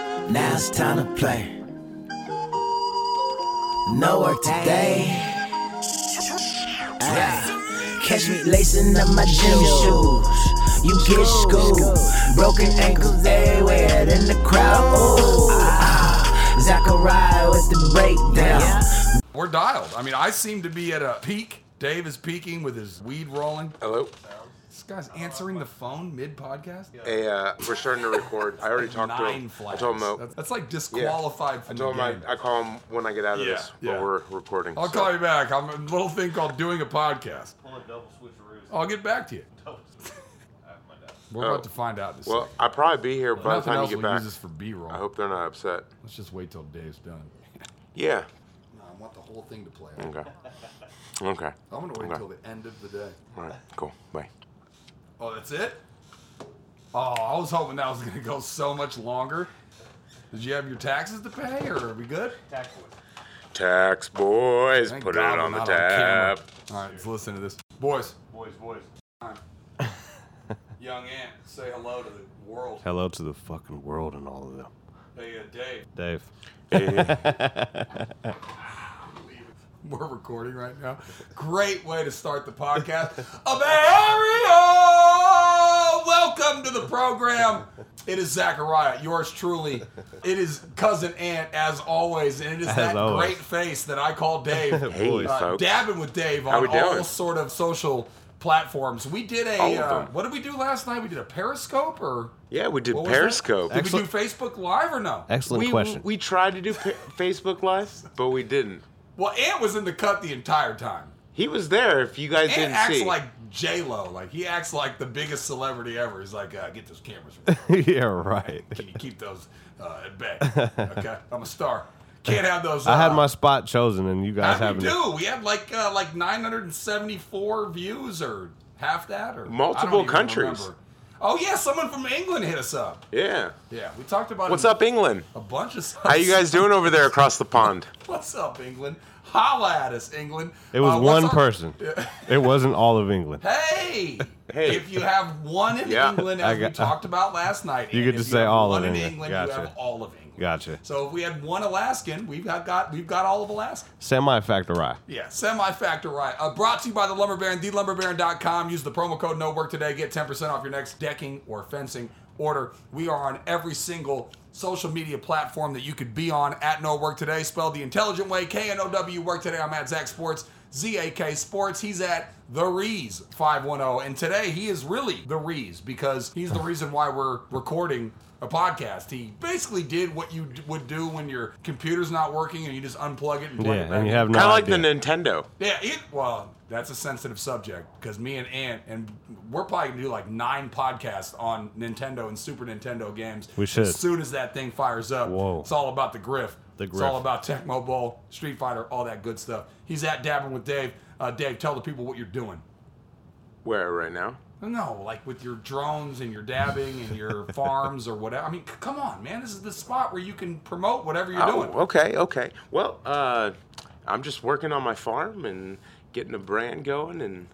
it's time to play. No work today. Ah, Catch me lacing up my gym shoes. You get schooled. Broken ankles everywhere in the crowd. Ooh. Ah, Zachariah with the breakdown. We're dialed. I mean, I seem to be at a peak. Dave is peaking with his weed rolling. Hello. This guy's Oh, answering the phone mid podcast. Hey, uh, we're starting to record. I already talked to Nine him. flags. I told him. uh, that's, that's like yeah. disqualified from I told the him game. I, I call him when I get out of Yeah, this, but yeah. we're recording. I'll so- call you back. I'm a little thing called doing a podcast. Pull a double switcheroo. I'll get back to you. Double switcheroo. I have my doubt. We're Oh. about to find out. in a Well, second. I'll probably be here by the nothing time you else get will back. use this for B-roll. I hope they're not upset. Let's just wait till Dave's done. Yeah. No, I want the whole thing to play. Okay. Okay. I'm gonna wait Okay. until the end of the day. All right. Cool. Bye. Oh, that's it? Oh, I was hoping that was gonna go so much longer. Did you have your taxes to pay, or are we good? Tack boy. Tax boys, Thank put God it we're on the not camera. tab. All right, let's listen to this, boys. Boys, boys. Young Ant, say hello to the world. Hello to the fucking world and all of them. Hey, uh, Dave. Dave. We're recording right now. Great way to start the podcast. A Bay Area! Welcome to the program. It is Zachariah, yours truly. It is cousin Ant, as always, and it is that always. great face that I call Dave. Hey, Boys. Uh, folks. dabbing with Dave How on we doing? all sort of social platforms. We did All a of uh, them. what did we do last night? We did a Periscope or Yeah, we did what was that? Periscope. Did Excellent- we do Facebook Live or no? Excellent We, question. we tried to do pa- Facebook Live, but we didn't. Well, Ant was in the cut the entire time. He was there. If you guys And didn't acts see, like J Lo. Like he acts like the biggest celebrity ever. He's like, uh, get those cameras. away. yeah, right. Can you keep those uh, at bay? Okay, I'm a star. Can't have those. Uh, I had my spot chosen, and you guys How we haven't. do? We had like uh, like 974 views or half that or I don't Multiple even countries. remember. Oh yeah, someone from England hit us up. yeah. Yeah, we talked about What's it- up, England? A bunch of stuff. How you guys doing over there across the pond? What's up, England? Holla at us, England. It was Uh, what's one our- person. it wasn't all of England. Hey, Hey. if you have one in Yeah. England, I as we got- talked about last night, You and could if just you say have all one of in England. England. You Gotcha. have all of England. Gotcha. So if we had one Alaskan, we've got, got we've got all of Alaska. Semi factori. Yeah, semi-factor right. Uh, brought to you by the Lumber Baron, thelumberbaron.com. Use the promo code no work today. Get 10% off your next decking or fencing order. We are on every single social media platform that you could be on at no work today. Spelled the intelligent way, K-N-O-W work today. I'm at Zach Sports, Z-A-K Sports. He's at the Rees 510. And today he is really the Rees because he's the reason why we're recording a podcast. He basically did what you d- would do when your computer's not working and you just unplug it and plug Yeah, it back and you in. have no Kind of like the idea. Nintendo. Yeah, it, well, that's a sensitive subject because me and Ant, and we're probably going to do like nine podcasts on Nintendo and Super Nintendo games. We should. As soon as that thing fires up, Whoa. it's all about the griff. The It's all griff. about Tecmo Bowl, Street Fighter, all that good stuff. He's at Dabbing with Dave. Uh, Dave, tell the people what you're doing. Where right now? No, like with your drones and your dabbing and your farms or whatever. I mean, c- come on, man. This is the spot where you can promote whatever you're Oh, doing. okay, okay. Well, uh, I'm just working on my farm and getting a brand going, and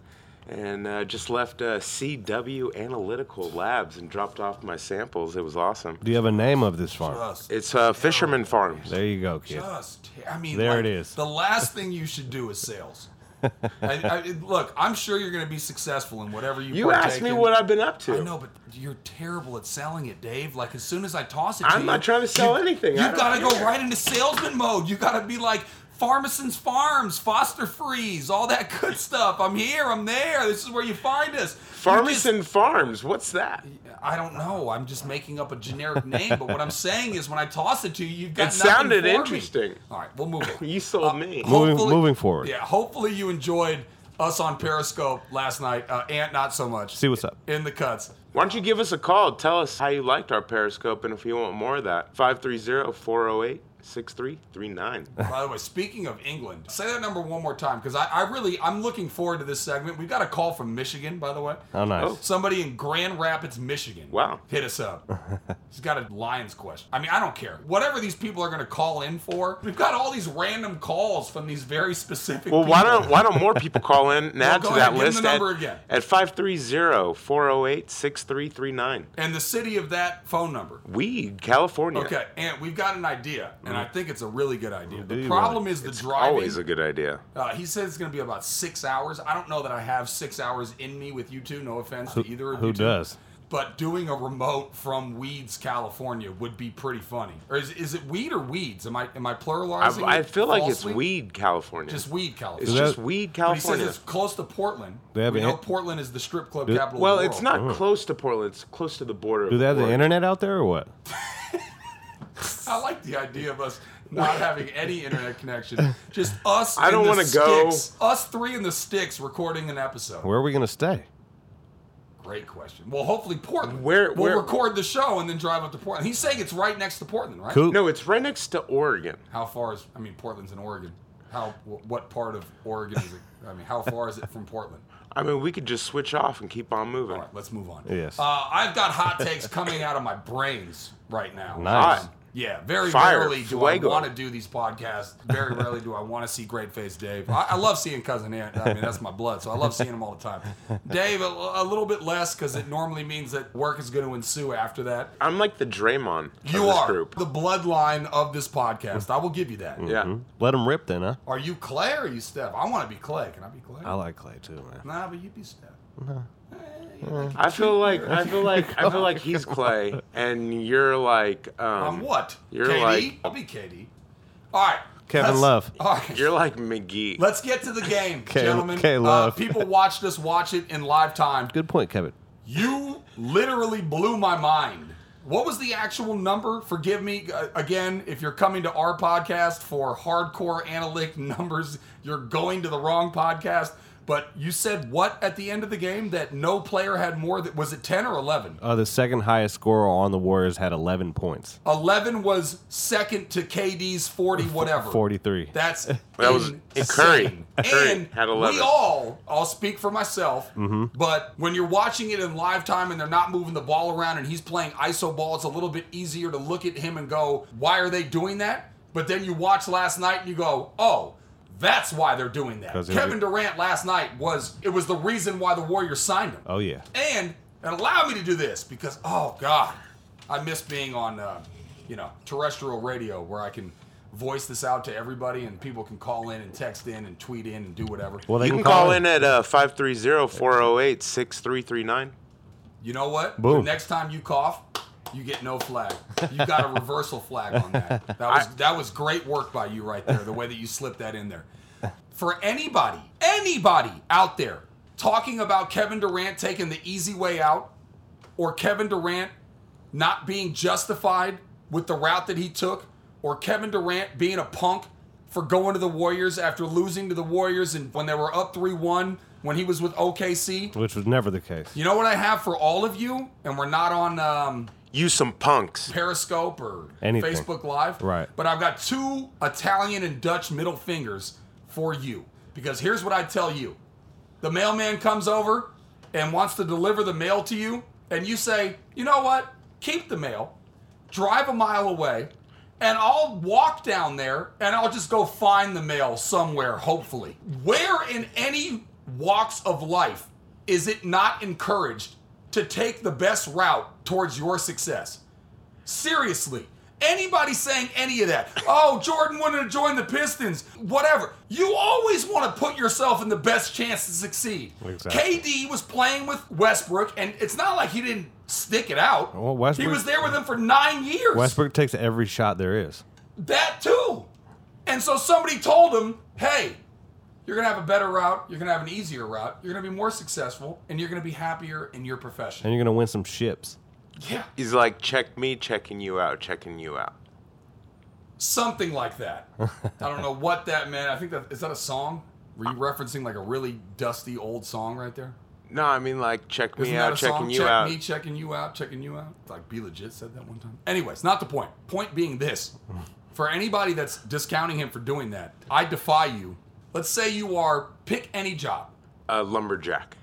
and uh, just left uh, CW Analytical Labs and dropped off my samples. It was awesome. Do you have a name of this farm? Just, It's uh, Fisherman Farms. There you go, kid. just I mean, There like, it is. The last thing you should do is sales. I, I, look, I'm sure you're going to be successful in whatever you. You asked me what I've been up to. I know, but you're terrible at selling it, Dave. Like as soon as I toss it, to I'm you, not trying to sell anything. You I don't gotta go care. right into salesman mode. You gotta be like Pharmacin's Farms, Foster Freeze, all that good stuff. I'm here. I'm there. This is where you find us. You just- Farmington Farms. What's that? I don't know. I'm just making up a generic name. But what I'm saying is, when I toss it to you, you've got It nothing sounded for me. interesting. All right, we'll move on. You sold me. Moving- Hopefully- moving forward. Yeah, hopefully you enjoyed us on Periscope last night. Uh, Ant, not so much. See what's up. in the cuts. Why don't you give us a call? Tell us how you liked our Periscope and if you want more of that. 530 408 6339. By the way, speaking of England, say that number one more time because I, I really I'm looking forward to this segment. We got a call from Michigan, by the way. How nice. Oh. Somebody in Grand Rapids, Michigan. Wow. Hit us up. He's got a Lions question. I mean, I don't care. Whatever these people are going to call in for, we've got all these random calls from these very specific Well, why people. don't why don't more people call in and add go to ahead, that give 'em the list at, number again. at 530-408-6339. And the city of that phone number. Weed, California. Okay, and we've got an idea, and Mm-hmm. I think it's a really good idea. The Indeed. problem is the driving. Always a good idea. Uh, he says it's going to be about six hours. I don't know that I have six hours in me with you two. No offense to Oh, either of Who you two. does? But doing a remote from Weeds, California, would be pretty funny. Or is, is it weed or weeds? Am I am I pluralizing? I, I it feel like it's falsely? Weed, California. Just weed, it's California. that- just Weed, But he says California. it's close to Portland. They have we an- know Portland is the strip club Do- capital. of well, the it's world. not close to Portland. It's close to the border. Do they have of the Oregon. internet out there or what? I like the idea of us not having any internet connection. Just us. I don't want wanna to go. Us three in the sticks recording an episode. Where are we gonna stay? Great question. Well, hopefully Portland. Where- we'll where- record the show and then drive up to Portland. He's saying it's right next to Portland, right? Coop. No, it's right next to Oregon. How far is? I mean, Portland's in Oregon. How? wh- What part of Oregon is it? I mean, how far is it from Portland? I mean, we could just switch off and keep on moving. All right, let's move on. Yes. Uh, I've got hot takes coming out of my brains right now. Nice. Um, yeah, very Fire, rarely do fuego. I want to do these podcasts. Very rarely do I want to see Great Face Dave. I, I love seeing Cousin Ant. I mean, that's my blood, so I love seeing him all the time. Dave, a, a little bit less because it normally means that work is going to ensue after that. I'm like the Draymond of You this are group. the bloodline of this podcast. I will give you that. Yeah. Let them rip then, huh? Are you Clay or are you Steph? I want to be Clay. Can I be Clay? I like Clay too, man. nah, but you be Steph. I feel like I feel like I feel like he's Clay and you're like um I'm what? You're KD? like I'll be KD. All right. Kevin let's- Love. All right. you're like McGee. Let's get to the game, K- gentlemen. K Love. Uh, people watched us watch it in live time. Good point, Kevin. You literally blew my mind. What was the actual number? Forgive me uh, again if you're coming to our podcast for hardcore analytic numbers. You're going to the wrong podcast. But you said what at the end of the game that no player had more? That was it, ten or eleven? Uh, the second highest scorer on the Warriors had 11 points, 11 was second to KD's 40 whatever. 43. That's That was- insane. Curry. Curry and had 11. We all, I'll speak for myself, but when you're watching it in live time and they're not moving the ball around and he's playing iso ball, it's a little bit easier to look at him and go, "Why are they doing that?" But then you watch last night and you go, "Oh, that's why they're doing that." 'Cause they're- Kevin Durant last night was it was the reason why the Warriors signed him. oh yeah. And and allow me to do this because oh god, I miss being on uh, you know terrestrial radio where I can voice this out to everybody and people can call in and text in and tweet in and do whatever. Well, they you can call in at uh 530-408-6339. you know what? Boom. The next time you cough, you get no flag. You got a reversal flag on that. That was that was great work by you right there. The way that you slipped that in there. For anybody, anybody out there talking about Kevin Durant taking the easy way out or Kevin Durant not being justified with the route that he took, or Kevin Durant being a punk for going to the Warriors after losing to the Warriors and when they were up 3 1 when he was with OKC. Which was never the case. You know what I have for all of you, and we're not on um, You some punks. Periscope or Anything. Facebook Live. Right. But I've got two Italian and Dutch middle fingers for you. Because here's what I tell you the mailman comes over and wants to deliver the mail to you, and you say, you know what? Keep the mail, drive a mile away, and I'll walk down there and I'll just go find the mail somewhere, hopefully. Where in any walks of life is it not encouraged to take the best route towards your success? Seriously. Anybody saying any of that? Oh, Jordan wanted to join the Pistons. Whatever. You always want to put yourself in the best chance to succeed. Exactly. KD was playing with Westbrook, and it's not like he didn't stick it out. Well, Westbrook- he was there with him for nine years. Westbrook takes every shot there is. That too. And so somebody told him, hey, you're going to have a better route. You're going to have an easier route. You're going to be more successful, and you're going to be happier in your profession. And you're going to win some ships. Yeah. He's like check me, checking you out, checking you out. something like that. I don't know what that meant. I think that is that a song? Were you referencing like a really dusty old song right there? No, I mean like check me Isn't that out, a checking song? you Check out. me, checking you out, checking you out. It's like Be Legit said that one time. Anyways, not the point. Point being this. for anybody that's discounting him for doing that, I defy you. Let's say you are pick any job. Uh, lumberjack.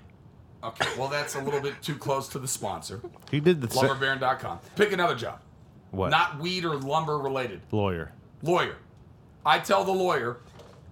Okay, well that's a little bit too close to the sponsor. He did the sa- Lumberbaron.com. Pick another job. what? Not weed or lumber related. lawyer. Lawyer. I tell the lawyer,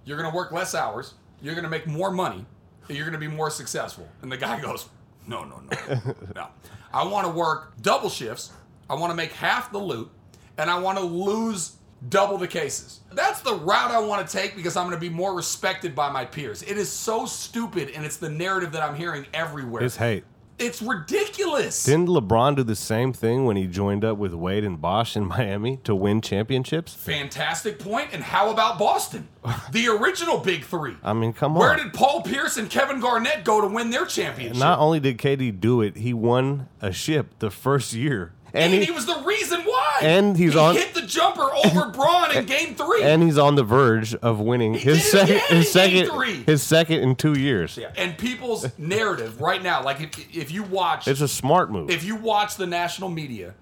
you're gonna work less hours, you're gonna make more money, and you're gonna be more successful. And the guy goes, No, no, no. no. I wanna work double shifts, I wanna make half the loot, and I wanna lose double the cases. That's the route I wanna take because I'm gonna be more respected by my peers. It is so stupid and it's the narrative that I'm hearing everywhere. His hate. It's ridiculous. Didn't LeBron do the same thing when he joined up with Wade and Bosch in Miami to win championships? Fantastic point. And how about Boston? The original Big Three. I mean, come Where on. did Paul Pierce and Kevin Garnett go to win their championship? Not only did KD do it, he won a ship the first year, and he, was the reason why. and he's he on- hit the jumper over Braun in Game Three. and he's on the verge of winning did his it second, again his in game second, three. his second in two years. Yeah. And people's narrative right now, like if, if you watch, It's Mm-hmm. a smart move. if you watch the national media,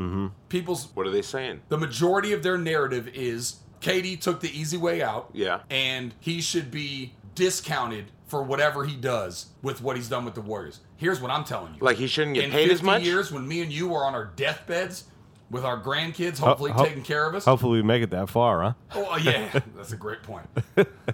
people's What are they saying? the majority of their narrative is KD took the easy way out. Yeah. and he should be discounted for whatever he does with what he's done with the Warriors. Here's what I'm telling you. Like he shouldn't get in paid 50 as much? years when me and you are on our deathbeds with our grandkids hopefully ho- taking care of us. Hopefully, we make it that far, huh? Oh yeah, that's a great point.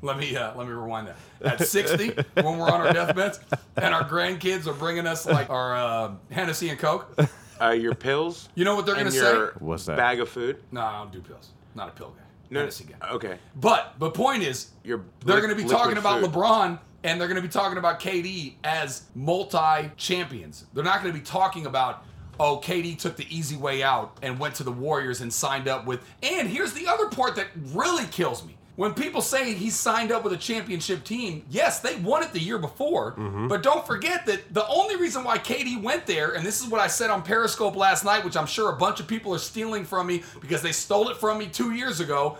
let me uh, let me rewind that. At 60, when we're on our deathbeds and our grandkids are bringing us like our uh, Hennessy and Coke, Uh, your pills? you know what they're going and to your say? What's that? bag of food? No, I don't do pills. Not a pill guy. Hennessy guy. Okay. But the point is, Your they're liq- going to be liquid talking about food. LeBron and they're going to be talking about KD as multi champions. They're not going to be talking about, oh, KD took the easy way out and went to the Warriors and signed up with. And here's the other part that really kills me. When people say he signed up with a championship team, yes, they won it the year before. But don't forget that the only reason why KD went there, and this is what I said on Periscope last night, which I'm sure a bunch of people are stealing from me because they stole it from me two years ago.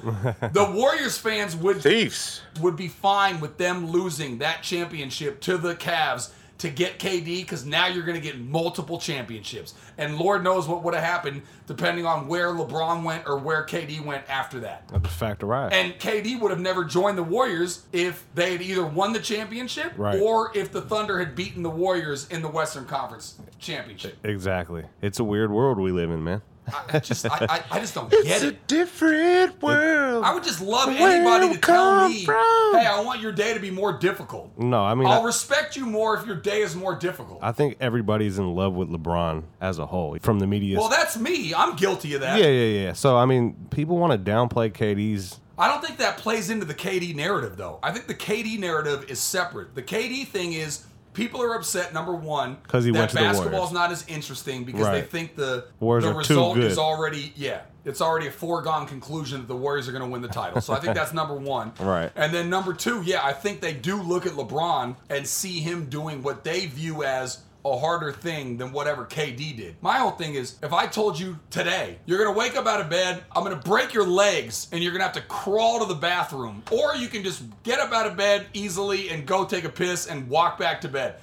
the Warriors fans would Thieves. would be fine with them losing that championship to the Cavs to get KD because now you're going to get multiple championships. And Lord knows what would have happened depending on where LeBron went or where KD went after that. That's a fact, right? And KD would have never joined the Warriors if they had either won the championship Right. or if the Thunder had beaten the Warriors in the Western Conference championship. exactly. It's a weird world we live in, man. I, I just, I, I, I just don't It's get a it. different world. I would just love Where anybody you to tell come me, from? hey, I want your day to be more difficult. No, I mean, I'll I- respect you more if your day is more difficult. I think everybody's in love with LeBron as a whole, from the media. well, that's me. I'm guilty of that. yeah, yeah, yeah. So I mean, people want to downplay KD's. I don't think that plays into the KD narrative, though. I think the KD narrative is separate. The KD thing is people are upset. Number one, 'Cause he that went to the basketball's Warriors. not as interesting because they Right. think the Warriors the are too result is good. already yeah, it's already a foregone conclusion that the Warriors are going to win the title. So I think that's number one. Right. And then number two, yeah, I think they do look at LeBron and see him doing what they view as a harder thing than whatever KD did. My whole thing is if I told you today, you're gonna wake up out of bed, I'm gonna break your legs, and you're gonna have to crawl to the bathroom, or you can just get up out of bed easily and go take a piss and walk back to bed.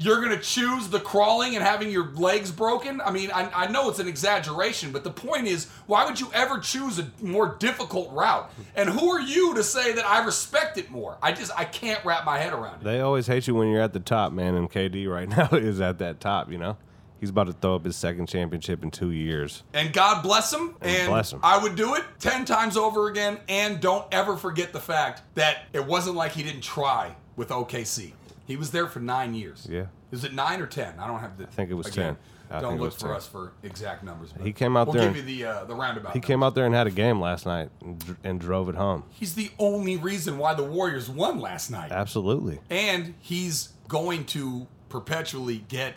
You're gonna choose the crawling and having your legs broken? I mean, I, I know it's an exaggeration, but the point is, why would you ever choose a more difficult route? And who are you to say that I respect it more? I just I can't wrap my head around it. They always hate you when you're at the top, man. And KD right now is at that top. You know, he's about to throw up his second championship in two years. And God bless him. And, bless 'em. I would do it 10 times over again. And don't ever forget the fact that it wasn't like he didn't try with OKC. He was there for nine years. Yeah. Is it nine or 10? I don't have the. I think it was 10. I don't think it look was for 10. us for exact numbers. But He came out we'll there give and- you the, uh, the roundabout. He came out there and had a game last night and, dr- and drove it home. He's the only reason why the Warriors won last night. Absolutely. And he's going to perpetually get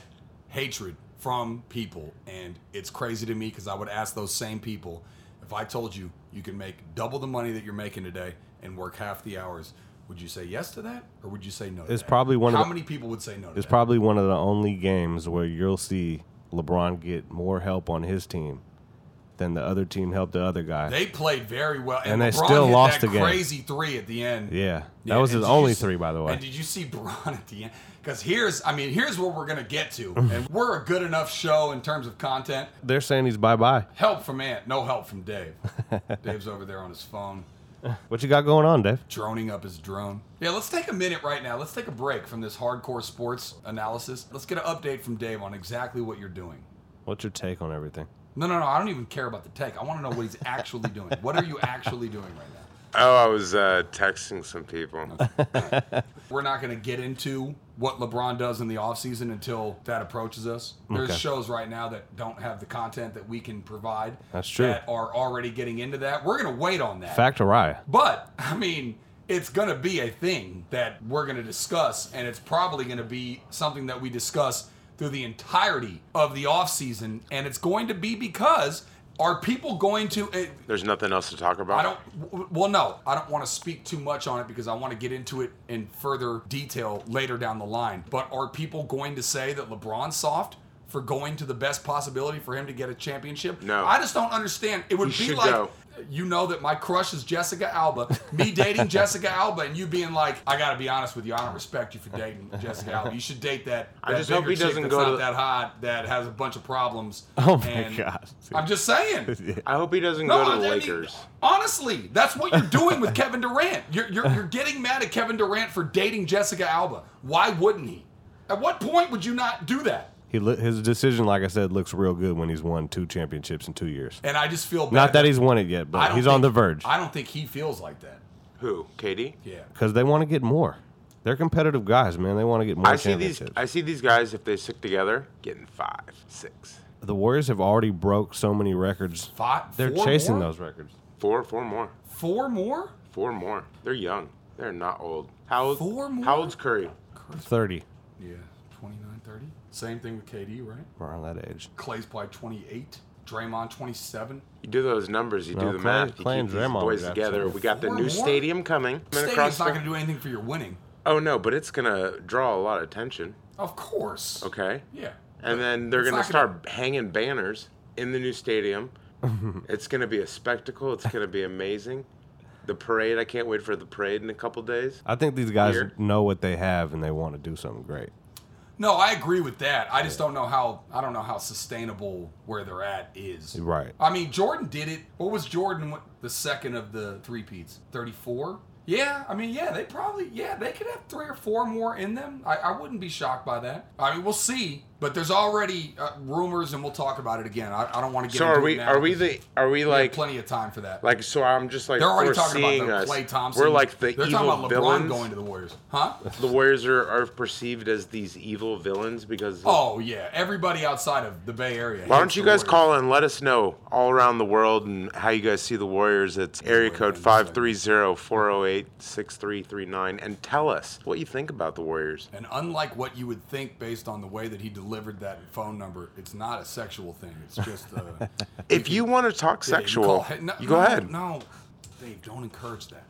hatred from people. And it's crazy to me because I would ask those same people if I told you you can make double the money that you're making today and work half the hours, would you say yes to that or would you say no? To It's that? probably one of How the- many people would say no to It's that? probably one of the only games where you'll see LeBron get more help on his team then the other team helped the other guy. They played very well, and, And they LeBron still hit lost that the game. Crazy three at the end. yeah, that Yeah, was and his did you only see- three, by the And way. did you see Braun at the end? Because here's, I mean, here's what we're gonna get to, and we're a good enough show in terms of content. They're saying he's bye bye. Help from Ant, no help from Dave. Dave's over there on his phone, What you got going on, Dave? droning up his drone. Yeah, let's take a minute right now. Let's take a break from this hardcore sports analysis. Let's get an update from Dave on exactly what you're doing. What's your take on everything? No, no, no. I don't even care about the tech. I want to know what he's actually doing. What are you actually doing right now? Oh, I was uh, texting some people. We're not going to get into what LeBron does in the offseason until that approaches us. There's Okay. shows right now that don't have the content that we can provide. That's true. That are already getting into that. We're going to wait on that. Fact or I? But, I mean, it's going to be a thing that we're going to discuss, and it's probably going to be something that we discuss through the entirety of the offseason. And it's going to be because are people going to. eh, It, There's nothing else to talk about. I don't. w- Well, no, I don't want to speak too much on it because I want to get into it in further detail later down the line. But are people going to say that LeBron's soft for going to the best possibility for him to get a championship? No. I just don't understand. It would He be should like. go. You know that my crush is Jessica Alba. Me dating Jessica Alba and you being like, I gotta be honest with you, I don't respect you for dating Jessica Alba. You should date that. I that just hope bigger he chick doesn't that's go not to- that hot that has a bunch of problems. Oh my And God. I'm just saying. I hope he doesn't No, go to the I mean, Lakers. honestly, that's what you're doing with Kevin Durant. You're, you're, you're getting mad at Kevin Durant for dating Jessica Alba. Why wouldn't he? At what point would you not do that? He lo- his decision, like I said, looks real good when he's won two championships in two years. And I just feel bad. Not that he's won it yet, I but don't he's on think- the verge I don't think he feels like that. Who? KD? Yeah. because they want to get more. They're competitive guys, man. They want to get more I see these. championships. I see these guys if they stick together getting five, six, the Warriors have already broke so many records. Five, They're four chasing more? those records. four, four more, Four more? four more. They're young. They're not old. How old? Four more? How old's Curry? Thirty Yeah. 29, 30. Same thing with KD, right? around that age. Clay's probably 28. Draymond, 27. You do those numbers. You No, do the Clay- math. You Clay and keep these Draymond boys drafted together. him. We got the Four new more? stadium coming. Coming across Stadium's not the- going to do anything for your winning. oh no, but it's gonna draw a lot of attention. Of course. Okay. Yeah. And then they're It's going to not gonna- start hanging banners in the new stadium. it's going to be a spectacle. It's going to be amazing. The parade, I can't wait for the parade in a couple days. I think these guys Here. know what they have and they want to do something great. No, I agree with that. I just don't know how I don't know how sustainable where they're at is. Right. I mean, Jordan did it. What was Jordan what, the second of the three peats? Thirty four. Yeah, I mean, yeah, they probably yeah they could have three or four more in them. I, I wouldn't be shocked by that. I mean, we'll see. But there's already uh, rumors, and we'll talk about it again. I, I don't want to get. So into are it we? now Are we because the? Are we we have like? plenty of time for that? Like so? I'm just like they're already talking foreseeing about the us. Clay Thompson. We're like the they're evil talking about LeBron villains. going to the Warriors, huh? The Warriors are, are perceived as these evil villains because. Oh yeah, everybody outside of the Bay Area. Why hates don't you the guys Warriors. call and let us know all around the world and how you guys see the Warriors? It's area code 530-408-6339 and tell us what you think about the Warriors. And unlike what you would think based on the way that he delivered that phone number, it's not a sexual thing. It's just uh, If you want to talk call- sexual, No, you go no, ahead. No, Dave, don't encourage that.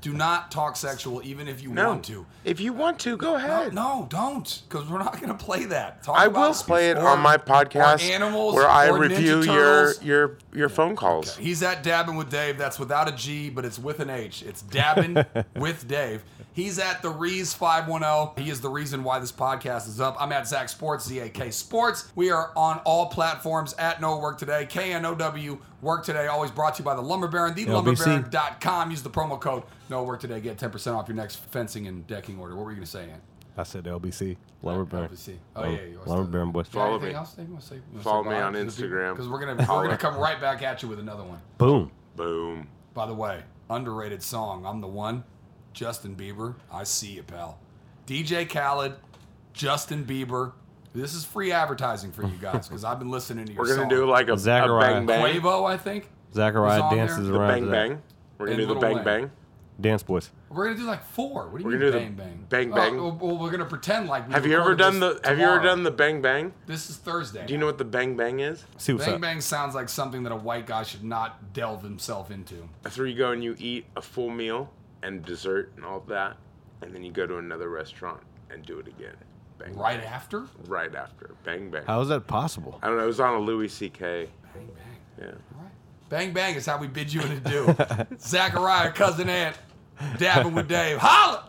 Do not talk sexual, even if you No. want to. If you want to, go No, ahead. no, don't, because we're not going to play that. Talk I about will play it or- on my or podcast animals, where I or Ninja review your Turtles. your your phone calls. He's at Dabbing with Dave. That's without a G, but it's with an H. It's Dabbing with Dave. He's at the Rees 510. He is the reason why this podcast is up. I'm at Zach Sports, Z A K Sports. We are on all platforms at No Work Today, K N O W Work Today. Always brought to you by the Lumber Baron, thelumberbaron.com. Use the promo code No Work Today. Get 10% off your next fencing and decking order. What were you going to say, Ant? I said LBC, Lumber Baron. LBC. Oh, yeah, you always Lumber do. Baron boys. Follow me. Follow me on Instagram. because we're gonna we're gonna come right back at you with another one. Boom. Boom. By the way, underrated song. I'm the one. Justin Bieber. I see you, pal. DJ Khaled, Justin Bieber. This is free advertising for you guys because I've been listening to your We're gonna song. do like a, a Zachariah. bang bang, the Quavo, I think. Is Zachariah on dances there? around. to bang that. bang. We're gonna And do the Lil bang Wayne. bang. Dance boys. We're gonna do like four. What do you We're mean gonna do bang the bang? bang, bang. Oh, well, we're gonna pretend like. We Have you ever recorded done the this Have you ever tomorrow. done the bang bang? This is Thursday. Do you know what the bang bang is? See what's Bang up. bang sounds like something that a white guy should not delve himself into. That's where you go and you eat a full meal and dessert and all that, and then you go to another restaurant and do it again. Bang. Right after. bang. Right after. Bang bang. How is that possible? I don't know. It was on a Louis C.K. Bang bang. Yeah. All right. Bang bang is how we bid you an adieu. Zachariah, cousin Ant, dabbing with Dave. Holla!